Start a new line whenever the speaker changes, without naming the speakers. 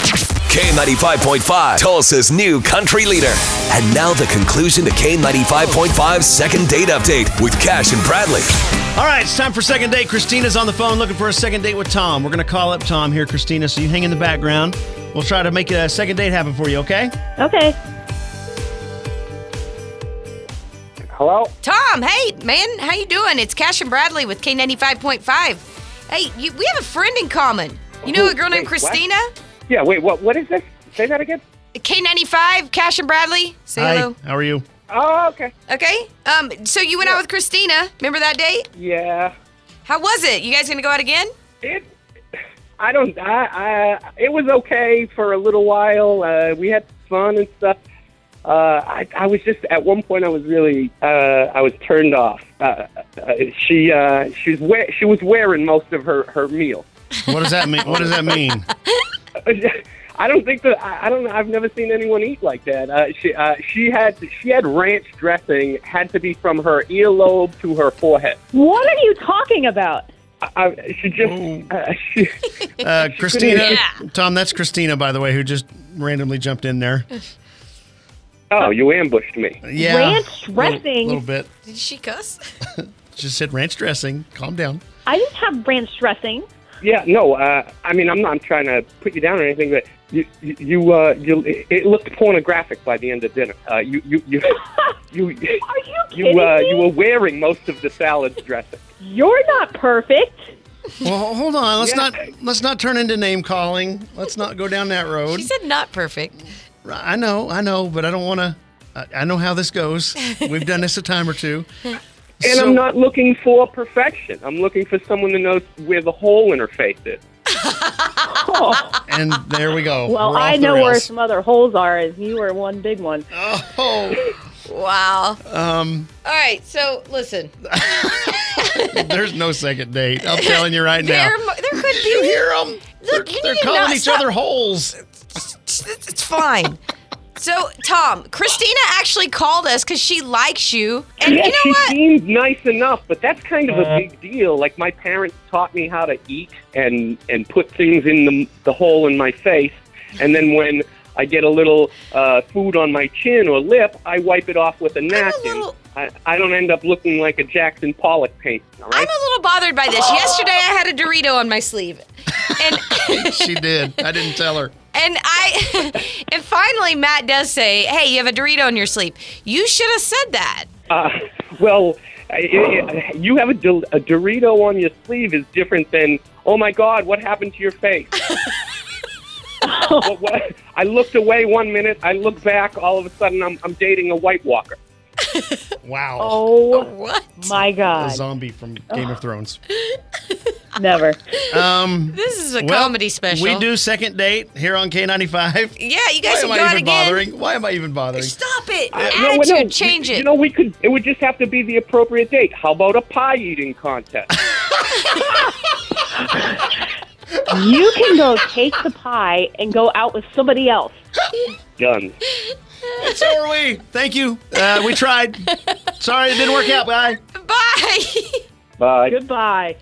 K95.5, Tulsa's new country leader. And now the conclusion to K95.5's second date update with Cash and Bradley.
All right, it's time for second date. Christina's on the phone looking for a second date with Tom. We're going to call up Tom here, Christina, so you hang in the background. We'll try to make a second date happen for you, okay?
Okay.
Hello?
Tom, hey man, how you doing? It's Cash and Bradley with K ninety five point five. Hey, you, we have a friend in common. You know a girl named
Wait, what?
Christina?
Yeah, wait, what what is this? Say that again?
K ninety five, Cash and Bradley. Say hello.
How are you?
Oh, okay.
Okay. Um. So you went out with Christina. Remember that date?
Yeah.
How was it? You guys gonna go out again?
It I don't I, I it was okay for a little while. Uh, we had fun and stuff. Uh, I, I was just at one point I was really uh, I was turned off. Uh, uh, she uh, she was wear, she was wearing most of her her meal.
What does that mean? What does that mean?
I don't think that I, I don't. I've never seen anyone eat like that. Uh, she uh, she had she had ranch dressing had to be from her earlobe to her forehead.
What are you talking about?
I, I, she just uh, she,
Uh, Christina,
Yeah.
Tom, that's Christina, by the way, who just randomly jumped in there.
oh you ambushed me.
Yeah,
Ranch
Little-
dressing.
little bit.
Did she cuss?
Just said ranch dressing. Calm down.
I didn't have ranch dressing.
Yeah, no. Uh, I mean, I'm not I'm trying to put you down or anything, but you you, you uh you it looked pornographic by the end of dinner. Uh, you you you you you,
Are you kidding
you, uh,
me?
you were wearing most of the salad's dressing.
You're not perfect.
Well, hold on. Let's
Yeah.
not let's not turn into name calling. Let's not go down that road.
she said not perfect.
I know, I know, but I don't want to. I, I know how this goes. We've done this a time or two.
And
So-
I'm not looking for perfection. I'm looking for someone that knows where the hole in her face is.
And there we go.
Well,
We're off
I
the
know where
rails.
some other holes are, and you were one big one.
Oh,
Wow. Um. All right. So listen,
there's no second date. I'm telling you right now.
there mo- there could
You
be.
hear them?
Look,
they're
you
they're
need to
calling
not
each
stop.
other holes.
It's, it's fine. So Tom, Christina actually called us because she likes you, and
yeah,
you know
she
what?
seemed nice enough, but that's kind of a big deal. Like my parents taught me how to eat and and put things in the the hole in my face, and then when I get a little uh, food on my chin or lip, I wipe it off with a napkin.
little-
I, I don't end up looking like a Jackson Pollock painting. All
I'm
right.
a little bothered by this. Yesterday, I had a Dorito on my sleeve, and
She did. I didn't tell her.
and I and finally Matt does say, "Hey, you have a Dorito on your sleeve. You should have said that."
Uh, well, I, I, you have a, Dor- a Dorito on your sleeve is different than. Oh my God! What happened to your face? What- what- I looked away one minute. I look back. All of a sudden, I'm, I'm dating a White Walker.
Wow.
Oh
What?
my
A
God!
zombie from Game of Thrones.
Never.
Um,
This is a
well,
comedy special.
We do second date here on K95.
Yeah,
Why
you guys
am
can go
I
out
even
again.
bothering? Why am I even bothering?
Stop it!
I- Uh, no,
Attitude,
no,
change
you,
it.
You know, we could. It would just have to be the appropriate date. How about a pie eating contest?
You can go take the pie and go out with somebody else.
Done.
So are we. Thank you. Uh, we tried. Sorry it didn't work out. Bye.
Bye.
Bye.
Goodbye.